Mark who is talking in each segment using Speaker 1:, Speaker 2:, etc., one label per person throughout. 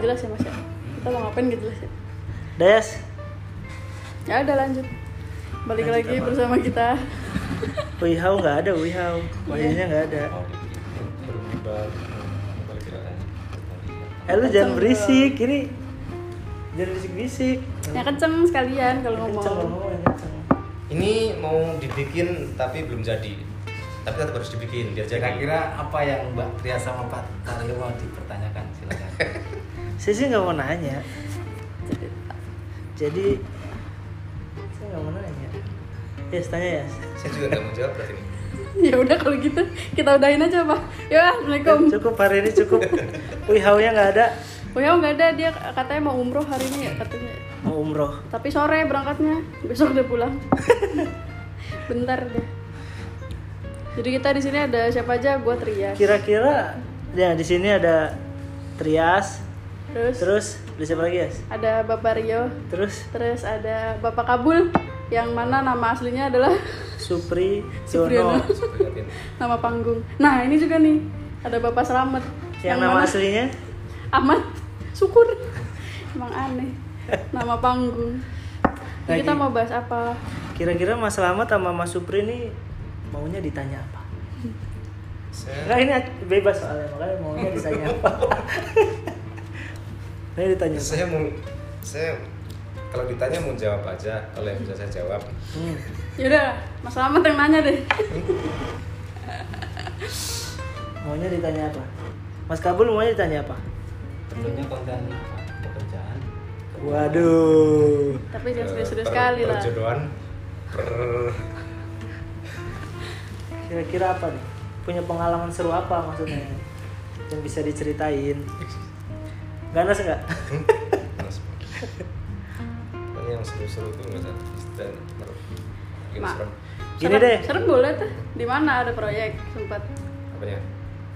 Speaker 1: jelas ya mas ya kita mau ngapain gak jelas ya
Speaker 2: Des,
Speaker 1: ya udah lanjut balik
Speaker 2: Lanjut
Speaker 1: lagi
Speaker 2: apa?
Speaker 1: bersama kita
Speaker 2: Wihau nggak ada Wihau, Wayunya nggak ada. Eh lu jangan berisik, ini jangan berisik berisik.
Speaker 1: ya kenceng sekalian
Speaker 2: Ya,
Speaker 1: kalau ngomong
Speaker 3: Ini mau dibikin tapi belum jadi. Tapi tetap harus dibikin biar jadi.
Speaker 4: Kira-kira apa yang Mbak Tria sama Pak Taryo mau dipertanyakan? Silakan.
Speaker 2: Saya sih nggak mau nanya,
Speaker 1: Jadi,
Speaker 2: jadi saya nggak mau nanya. Yes, tanya ya.
Speaker 3: Saya juga nggak mau jawab berarti ini.
Speaker 1: ya udah kalau gitu kita udahin aja pak ya assalamualaikum
Speaker 2: Cukup hari ini cukup. Wihau nya nggak ada,
Speaker 1: oh ya nggak ada dia katanya mau umroh hari ini ya katanya
Speaker 2: mau umroh.
Speaker 1: tapi sore berangkatnya besok udah pulang bentar deh jadi kita di sini ada siapa aja gua Trias
Speaker 2: Kira-kira ya di sini ada Trias,
Speaker 1: terus,
Speaker 2: terus ada siapa lagi ya?
Speaker 1: ada Bapak Rio
Speaker 2: Terus
Speaker 1: terus ada Bapak Kabul yang mana nama aslinya adalah
Speaker 2: Supri
Speaker 1: Supriyono.
Speaker 2: Jono.
Speaker 3: Seperti
Speaker 1: nama panggung nah ini juga nih ada Bapak Selamat
Speaker 2: Yang nama
Speaker 1: mana-
Speaker 2: aslinya
Speaker 1: Ahmad Syukur emang aneh nama panggung Jadi
Speaker 2: Lagi.
Speaker 1: kita mau bahas apa
Speaker 2: Kira-kira Mas Slamet sama Mas Supri ini maunya ditanya apa?
Speaker 3: Saya
Speaker 2: Enggak ini bebas soalnya makanya maunya ditanya apa? Maunya ditanya. apa?
Speaker 3: saya mau saya kalau ditanya mau jawab aja kalau yang bisa saya jawab
Speaker 2: Hmm.
Speaker 1: yaudah Mas Selamat yang nanya deh
Speaker 2: Maunya ditanya apa? Mas Kabul maunya ditanya apa?
Speaker 4: Perlunya konten apa? pekerjaan.
Speaker 2: Waduh.
Speaker 1: tapi jangan
Speaker 3: eh,
Speaker 1: serius-serius
Speaker 3: per-
Speaker 1: sekali lah
Speaker 3: perjodohan per
Speaker 2: Kira-kira apa nih? Punya pengalaman seru apa maksudnya? Yang bisa diceritain? Ganas enggak?
Speaker 3: Mas. Pokoknya yang seru-seru tuh nggak ada dan makin
Speaker 1: Ma.
Speaker 3: serem
Speaker 2: Gini
Speaker 1: Serem-
Speaker 2: deh.
Speaker 1: serem boleh tuh di mana ada proyek sempat
Speaker 3: apanya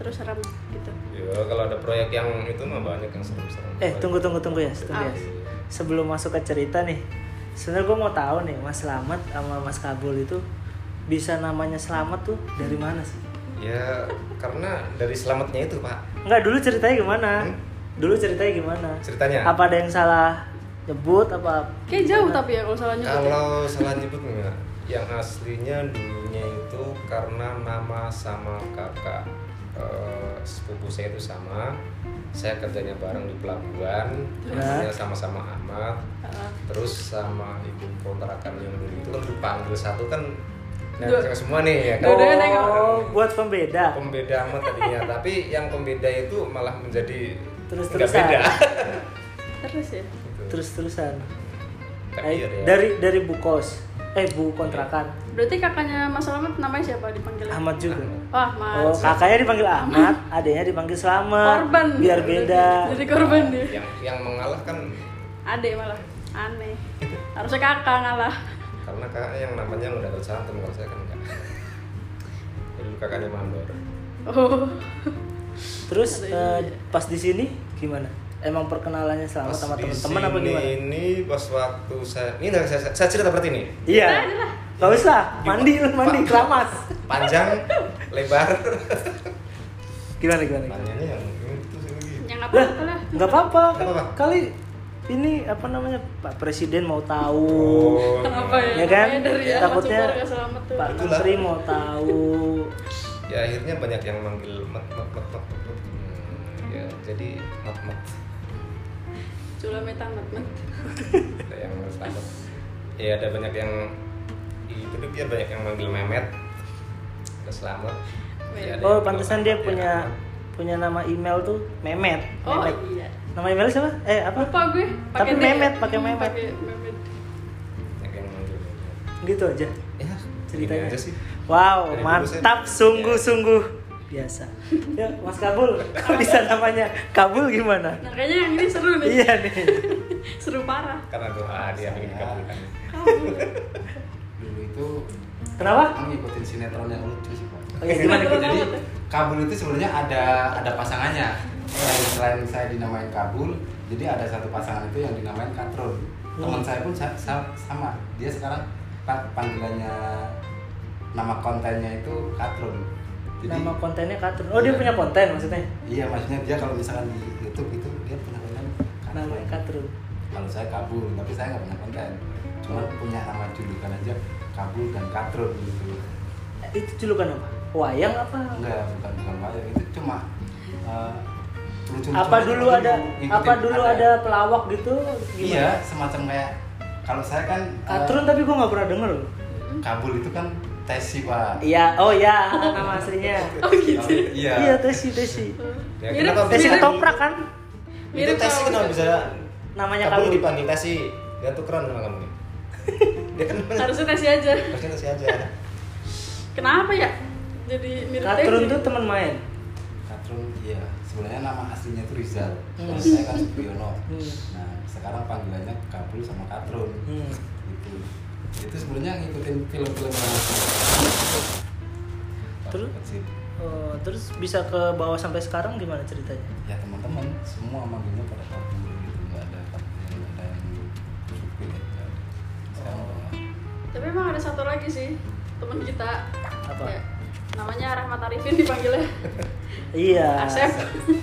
Speaker 1: terus serem gitu
Speaker 3: ya kalau ada proyek yang itu mah banyak yang serem-serem
Speaker 2: Eh tunggu tunggu tunggu ya, tunggu ya.
Speaker 1: Ah.
Speaker 2: Sebelum masuk ke cerita nih, sebenarnya gue mau tahu nih Mas Slamet sama Mas Kabul itu bisa namanya Slamet tuh dari mana sih?
Speaker 3: ya karena dari selamatnya itu pak
Speaker 2: Enggak dulu ceritanya gimana?
Speaker 3: Hmm?
Speaker 2: Dulu ceritanya gimana?
Speaker 3: ceritanya
Speaker 2: Apa ada yang salah nyebut apa?
Speaker 1: kayak jauh tapi ya kalau salah nyebut ya.
Speaker 3: Kalau salah nyebut enggak, yang aslinya dulunya itu karena nama sama kakak eh, sepupu saya itu sama. Saya kerjanya bareng di pelabuhan,
Speaker 2: Terus?
Speaker 3: namanya sama-sama Ahmad.
Speaker 1: Heeh.
Speaker 3: Terus sama ibu kontrakan yang dulu itu kan dipanggil satu kan nah,
Speaker 1: Dua.
Speaker 3: semua nih ya kan.
Speaker 1: Dua-duanya nengok.
Speaker 2: Oh, buat pembeda.
Speaker 3: Pembeda Ahmad tadinya, tapi yang pembeda itu malah menjadi
Speaker 2: Terus
Speaker 3: nggak
Speaker 2: terusan.
Speaker 3: beda.
Speaker 1: terus ya
Speaker 3: Gitu.
Speaker 2: Terus terusan.
Speaker 3: Tapi
Speaker 2: Eh,
Speaker 3: ya, ya.
Speaker 2: dari dari bukos, eh bu kontrakan.
Speaker 1: berarti kakaknya Mas Selamat namanya siapa dipanggil
Speaker 2: Ahmad juga.
Speaker 1: Wah, Mas.
Speaker 2: Oh, kakaknya dipanggil Ahmad, adanya dipanggil Slamet.
Speaker 1: korban
Speaker 2: Biar beda.
Speaker 1: jadi korban dia
Speaker 3: Gitu. yang yang kan mengalahkan
Speaker 1: adek malah aneh harusnya kakak ngalah
Speaker 3: karena kakaknya yang namanya udah tercantum kalau saya kan enggak Jadi dulu kakaknya mandor
Speaker 1: oh
Speaker 2: Terus
Speaker 1: Ada
Speaker 2: eh,
Speaker 1: ini.
Speaker 2: pas di sini gimana? Emang perkenalannya Slamet
Speaker 3: Pas
Speaker 2: sama
Speaker 3: di
Speaker 2: teman-teman apa
Speaker 3: sini
Speaker 2: gimana?
Speaker 3: ini pas waktu saya ini enggak saya, saya cerita berarti ini
Speaker 2: Iya. Gak usah, mandi lu mandi
Speaker 3: Pak.
Speaker 2: keramas.
Speaker 3: panjang lebar
Speaker 2: Gimana gimana? gimana?
Speaker 3: panjangnya yang ini tuh sini lagi
Speaker 1: yang apa
Speaker 2: Lah,
Speaker 1: apa lah
Speaker 2: nggak apa-apa. kan
Speaker 3: Nggak apa-apa.
Speaker 2: Kali ini apa namanya Pak Presiden mau tahu,
Speaker 1: kenapa ya
Speaker 2: ya kan?
Speaker 1: Namanya dari ya,
Speaker 2: Takutnya
Speaker 1: Mas Umar nggak selamat tuh
Speaker 2: Pak
Speaker 3: Oh. Itulah.
Speaker 2: Menteri mau tahu.
Speaker 3: ya akhirnya banyak yang manggil mat mat mat mat, mat, mat. Hmm, ya jadi mat mat
Speaker 1: culame tamat mat
Speaker 3: ada yang harus tamat ya ada banyak yang itu tuh
Speaker 5: ya,
Speaker 3: dia banyak yang manggil memet ada selamat Ya, ada
Speaker 2: Oh,
Speaker 3: yang
Speaker 2: pantesan
Speaker 3: Mamat,
Speaker 2: dia
Speaker 3: ya,
Speaker 2: punya
Speaker 3: Mamat.
Speaker 2: punya nama email tuh Memet.
Speaker 1: oh
Speaker 2: Memet.
Speaker 1: iya
Speaker 2: Nama email siapa? Eh apa?
Speaker 1: lupa gue pakai
Speaker 2: Tapi
Speaker 1: D.
Speaker 2: memet, pakai
Speaker 1: Hmm,
Speaker 2: memet.
Speaker 1: pakai memet
Speaker 3: Banyak yang manggil memet.
Speaker 2: Gitu aja
Speaker 3: ya
Speaker 2: ceritanya.
Speaker 3: gini aja sih
Speaker 2: Wow,
Speaker 3: Dari dulu
Speaker 2: mantap
Speaker 3: saya- Iya.
Speaker 2: sungguh-sungguh biasa. Ya, Mas Kabul, kok bisa namanya Kabul gimana?
Speaker 1: nah kayaknya yang ini seru nih
Speaker 2: Iya nih.
Speaker 1: seru parah
Speaker 3: karena doa dia pengen dikabulkan
Speaker 4: Dulu itu
Speaker 2: Kenapa?
Speaker 4: ngikutin sinetron yang lucu sih Pak.
Speaker 2: Oh, iya, gimana gitu?
Speaker 4: Jadi Kabul itu sebenarnya ada ada pasangannya. Selain, selain saya dinamain Kabul, jadi ada satu pasangan itu yang dinamain Katron. Teman saya pun sa- sa- sama. Dia sekarang pa- panggilannya nama kontennya itu Katron. Jadi
Speaker 2: Nama kontennya Katun. Oh, dia punya konten maksudnya.
Speaker 4: Iya maksudnya dia kalau misalkan di YouTube itu dia pernah konten
Speaker 2: namanya Katrul.
Speaker 4: Kalau saya Kabul, tapi saya nggak punya konten. Cuma punya nama julukan aja Kabul dan Katrun gitu.
Speaker 2: eh, Itu julukan apa? Wayang apa?
Speaker 4: Enggak, bukan bukan wayang. Itu cuma eh, lucu-lucu
Speaker 2: Apa
Speaker 4: aja.
Speaker 2: dulu ada
Speaker 4: Ngikutin
Speaker 2: apa dulu ada pelawak gitu?
Speaker 4: Iya,
Speaker 2: Gimana?
Speaker 4: semacam kayak kalau saya kan eh,
Speaker 2: Katrul tapi gua nggak pernah denger loh.
Speaker 4: Kabul itu kan Tesi Pak.
Speaker 2: Iya, oh iya nama aslinya.
Speaker 1: Oh gitu.
Speaker 4: Iya.
Speaker 2: Iya, Tesi Tesi.
Speaker 5: Ya,
Speaker 1: Mirip-
Speaker 5: kenapa
Speaker 2: Tesi
Speaker 5: bisa-
Speaker 1: mirip-
Speaker 2: ketoprak kan?
Speaker 5: Itu
Speaker 1: mirip
Speaker 5: Tesi
Speaker 1: kalau-
Speaker 5: kenapa bisa
Speaker 2: Namanya
Speaker 5: Kabul
Speaker 2: Kabul.
Speaker 5: dipanggil Tesi. Dia tuh keren sama kamu nih. Dia kan
Speaker 1: Harusnya tes ya aja.
Speaker 5: harusnya Tesi aja.
Speaker 1: Kenapa ya? Jadi mirip ya?
Speaker 2: Katrul
Speaker 1: Tesi.
Speaker 2: tuh teman main.
Speaker 4: Katrun iya sebenarnya nama aslinya itu Rizal
Speaker 2: Hmm.
Speaker 4: kalau saya kan Subiono
Speaker 2: Hmm.
Speaker 4: nah sekarang panggilannya Kabul sama Katrun
Speaker 2: Hmm.
Speaker 4: gitu itu sebenarnya ngikutin film-film yang
Speaker 2: Terus?
Speaker 4: Kecil.
Speaker 2: Oh, terus bisa ke bawah sampai sekarang gimana ceritanya?
Speaker 4: ya teman-teman semua manggilnya pada Kabul gitu nggak ada Kabul yang ada yang supir ya. sekarang udah nggak.
Speaker 1: Tapi emang ada satu lagi sih teman kita.
Speaker 2: Apa?
Speaker 1: Ya, namanya Rahmat Arifin dipanggilnya.
Speaker 2: Iya.
Speaker 1: Asep.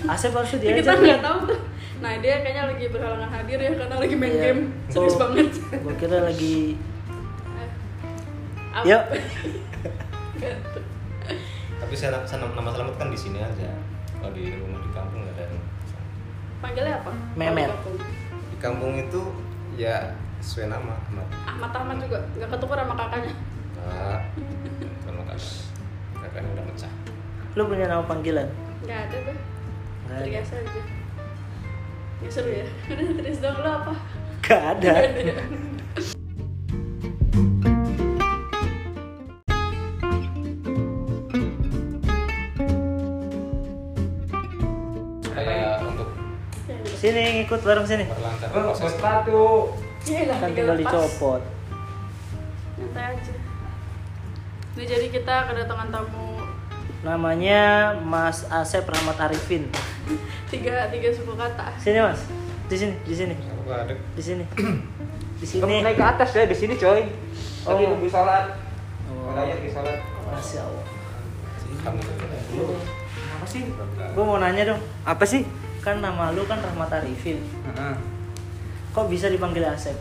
Speaker 2: Asep harusnya
Speaker 1: Jadi
Speaker 2: diajak.
Speaker 1: kita nggak tahu tuh. Nah dia kayaknya lagi berhalangan hadir ya karena lagi main
Speaker 2: Iya.
Speaker 1: game. Serius
Speaker 2: Oh,
Speaker 1: banget.
Speaker 2: Gua kira lagi
Speaker 1: Apa?
Speaker 2: Yuk.
Speaker 5: Tapi saya, saya nama nama selamat kan di sini aja. Kalau di rumah di kampung nggak ada. yang-
Speaker 1: Panggilnya apa?
Speaker 2: Memet.
Speaker 5: Di kampung itu ya sesuai nama Ahmad.
Speaker 1: Ahmad Ahmad juga nggak ketukar sama kakaknya.
Speaker 5: Nah, sama kakak. Kakaknya udah pecah.
Speaker 2: lu punya nama panggilan?
Speaker 1: Nggak ada tuh.
Speaker 2: Nah, Nggak ada.
Speaker 1: Terbiasa aja. Ya seru ya. Udah terus dong lo apa? Iya,
Speaker 2: Gak ada.
Speaker 5: Kayak untuk
Speaker 1: Ya, udah.
Speaker 2: Sini ngikut bareng sini.
Speaker 5: perlantar
Speaker 3: Oh,
Speaker 4: Bro,
Speaker 5: proses.
Speaker 4: buat sepatu
Speaker 1: Yelah,
Speaker 2: Kan
Speaker 1: Iya, tinggal
Speaker 2: tinggal
Speaker 1: lepas.
Speaker 2: dicopot.
Speaker 1: Nyantai aja. Nah, jadi kita kedatangan tamu
Speaker 2: Namanya Mas Asep Rahmat Arifin.
Speaker 1: tiga tiga suku kata.
Speaker 2: Sini Mas. Di sini, di sini,
Speaker 5: Aku nggak ada.
Speaker 2: di sini. Di sini.
Speaker 3: Kamu naik ke atas deh di sini coy.
Speaker 2: Oh.
Speaker 3: Tadi lebih sholat.
Speaker 2: Oh.
Speaker 3: Kalau ayat di sholat.
Speaker 2: Masya Allah.
Speaker 5: Alhamdulillah.
Speaker 3: Apa sih?
Speaker 2: Gua mau nanya dong.
Speaker 3: Apa sih?
Speaker 2: Kan nama lu kan Rahmat Arifin.
Speaker 3: Heeh.
Speaker 2: Kok bisa dipanggil Asep?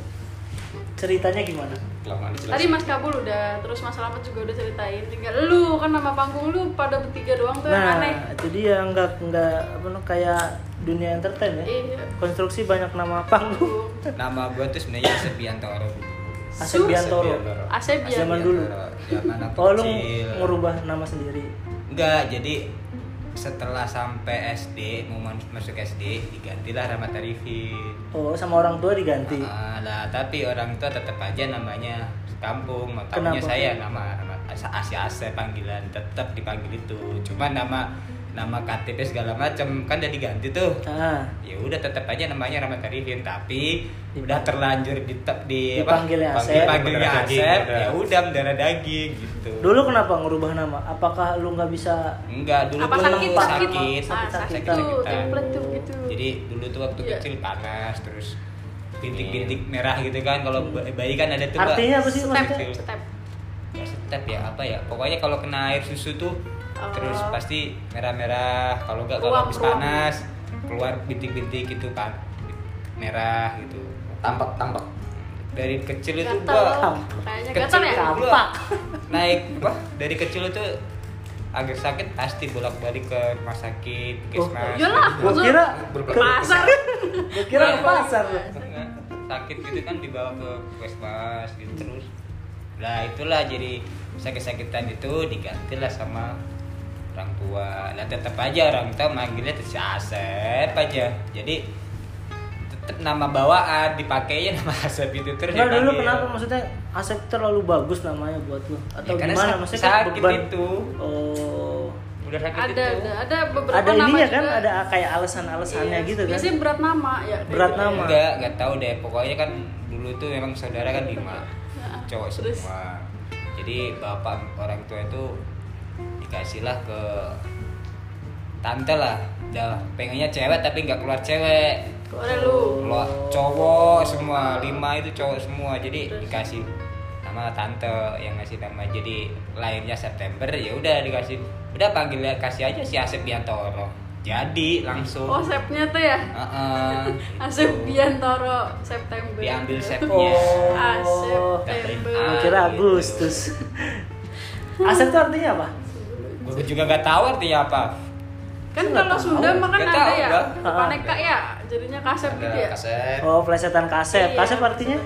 Speaker 2: Ceritanya gimana?
Speaker 5: Kelamaan dijelasin.
Speaker 1: Tadi Mas Kabul udah, terus Mas Selamat juga udah ceritain. Tinggal lu kan nama panggung lu pada bertiga doang tuh yang aneh.
Speaker 2: Nah, itu dia nggak nggak apa no, kayak dunia entertain ya.
Speaker 1: Iya.
Speaker 2: Konstruksi banyak nama panggung.
Speaker 1: Panggung.
Speaker 3: Nama gua tuh sebenarnya Asep Biantoro.
Speaker 2: Asep
Speaker 1: Su-
Speaker 2: Biantoro.
Speaker 5: Biantoro.
Speaker 1: Asep ya.
Speaker 2: Zaman dulu.
Speaker 3: Zaman aku
Speaker 2: Oh lu
Speaker 3: kecil.
Speaker 2: ngubah nama sendiri.
Speaker 3: Enggak, jadi setelah sampai SD, mau mas- masuk SD, digantilah Rahmat Arifin.
Speaker 2: Oh sama orang tua diganti.
Speaker 3: Ah, lah, tapi orang tua tetap aja namanya di kampung. Mau taunya
Speaker 2: Kenapa?
Speaker 3: saya nama nama Asy Asep panggilan tetap dipanggil itu. Cuma nama nama KTP segala macam kan udah diganti tuh.
Speaker 2: Ah,
Speaker 3: Ya udah tetap aja namanya Rahmat Arifin tapi udah terlanjur di di
Speaker 2: Dipanggilnya Asep.
Speaker 3: Dipanggilnya
Speaker 5: Mendarah daging,
Speaker 3: Asep.
Speaker 5: mendarah.
Speaker 3: Ya udah mendarah daging gitu.
Speaker 2: dulu kenapa ngubah nama? Apakah lu nggak bisa
Speaker 3: Enggak, dulu
Speaker 1: Apa
Speaker 3: tuh
Speaker 1: sakit, sakit?
Speaker 3: sakit,
Speaker 1: Ah,
Speaker 2: sakit.
Speaker 1: Tuh,
Speaker 3: sakitan.
Speaker 1: template tuh gitu.
Speaker 3: Jadi dulu tuh waktu
Speaker 1: Iya.
Speaker 3: kecil panas terus bintik-bintik merah gitu kan kalau ba- bayi kan ada tuh Mbak.
Speaker 2: Iya. Artinya apa sih
Speaker 1: Hmm. step,
Speaker 2: maksudnya?
Speaker 1: step.
Speaker 3: Ya, step ya apa ya pokoknya kalau kena air susu tuh
Speaker 1: Oh.
Speaker 3: terus pasti merah-merah kalau nggak
Speaker 1: Ruam,
Speaker 3: kalau habis
Speaker 1: ruam.
Speaker 3: panas keluar bintik-bintik gitu kan merah gitu
Speaker 4: tampak tampak
Speaker 3: dari kecil itu
Speaker 1: Gatal.
Speaker 3: gua
Speaker 1: Kayaknya
Speaker 3: kecil
Speaker 1: gatal ya.
Speaker 3: itu gua
Speaker 2: Tampak.
Speaker 3: naik apa dari kecil itu agak sakit pasti bolak-balik ke rumah sakit
Speaker 1: Oh,
Speaker 3: puskesmas
Speaker 1: Yalah,
Speaker 2: Gua
Speaker 1: maksud-
Speaker 2: kira
Speaker 1: Ke pasar.
Speaker 2: gua kira
Speaker 1: Iya,
Speaker 2: ke pasar. lu.
Speaker 3: Enggak, sakit gitu kan dibawa ke puskesmas gitu terus lah itulah jadi sakit-sakitan itu digantilah sama orang tua lah tetap aja orang tua manggilnya tetap si Asep aja jadi tetap nama bawaan dipakainya nama Asep itu terus
Speaker 2: Enggak dulu
Speaker 3: dipanggil.
Speaker 2: kenapa maksudnya Asep terlalu bagus namanya buat lu atau
Speaker 3: Ya, karena
Speaker 2: gimana
Speaker 3: sak-
Speaker 2: maksudnya kan
Speaker 3: sakit
Speaker 2: beban.
Speaker 3: itu
Speaker 2: Oh.
Speaker 3: udah sakit
Speaker 1: Ada,
Speaker 3: itu
Speaker 1: ada, ada beberapa
Speaker 2: ada
Speaker 1: nama
Speaker 2: ininya kan,
Speaker 1: juga.
Speaker 2: ada kayak alasan-alasannya
Speaker 1: Iya,
Speaker 2: gitu kan.
Speaker 1: Biasanya berat nama ya. kayak
Speaker 2: Berat
Speaker 1: gitu.
Speaker 2: nama.
Speaker 3: enggak enggak tahu deh pokoknya kan dulu tuh memang saudara kan lima
Speaker 1: Nah,
Speaker 3: cowok
Speaker 1: terus?
Speaker 3: semua jadi bapak orang tua itu dikasihlah ke tante lah dah pengennya cewek tapi nggak keluar cewek
Speaker 1: Keluar lu.
Speaker 3: keluar cowok semua lima itu cowok semua jadi dikasih nama tante yang ngasih nama jadi lahirnya September ya udah dikasih udah panggil kasih aja si Asep Biantoro jadi langsung
Speaker 1: Oh, sepnya tuh ya?
Speaker 3: Heeh,
Speaker 1: Asep
Speaker 3: gitu.
Speaker 1: Biantoro September.
Speaker 3: diambil
Speaker 1: Iya,
Speaker 3: sepnya
Speaker 2: Oh.
Speaker 1: Asep
Speaker 2: Gua
Speaker 1: September.
Speaker 3: Dapat.
Speaker 2: kira
Speaker 3: Ah, gitu.
Speaker 2: Agustus. Asep tuh artinya apa?
Speaker 3: gue juga gak tahu artinya apa
Speaker 1: Kan kalau Sunda mah kan
Speaker 3: Nggak
Speaker 1: ada
Speaker 3: tahu,
Speaker 1: ya.
Speaker 3: nggak?
Speaker 1: Paneka ya, jadinya kasep gitu
Speaker 5: ada
Speaker 1: ya.
Speaker 5: kaset
Speaker 2: Oh, plesetan kasep.
Speaker 1: Iya.
Speaker 2: Kasep artinya?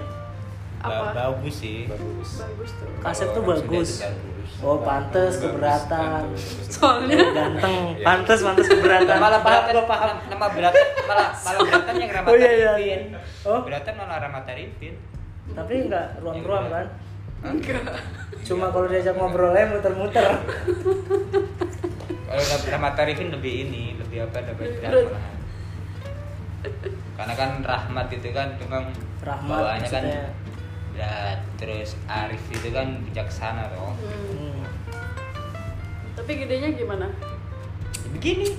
Speaker 3: Ba-
Speaker 1: Apa?
Speaker 3: bagus sih
Speaker 5: bagus
Speaker 1: Bagus tuh.
Speaker 2: Kasep tuh
Speaker 3: Orang Sunda
Speaker 2: bagus.
Speaker 3: itu kan bagus.
Speaker 2: Oh, pantes keberatan.
Speaker 1: Soalnya
Speaker 2: Ganteng,
Speaker 5: Iya.
Speaker 2: pantes, pantes keberatan.
Speaker 3: malah
Speaker 2: Berat,
Speaker 3: beratan
Speaker 2: gua paham.
Speaker 3: nama beratan malah malah beratan yang Rahmat
Speaker 2: Oh iya iya.
Speaker 3: Arifin.
Speaker 2: Oh,
Speaker 3: beratan malah Rahmat Arifin
Speaker 2: tapi nggak ruam-ruam kan?
Speaker 3: Hah?
Speaker 2: Cuma kalau diajak ngobrolnya muter-muter.
Speaker 3: kalau Ra- Rahmat Arifin lebih ini lebih apa lebih
Speaker 1: Berat.
Speaker 3: drama karena kan Rahmat itu kan cuma
Speaker 2: Rahmat
Speaker 3: bawaannya kan
Speaker 2: maksudnya.
Speaker 3: berat terus Arif itu kan bijaksana loh
Speaker 1: Hmm.
Speaker 2: Hmm.
Speaker 1: Tapi gedenya gimana?
Speaker 3: begini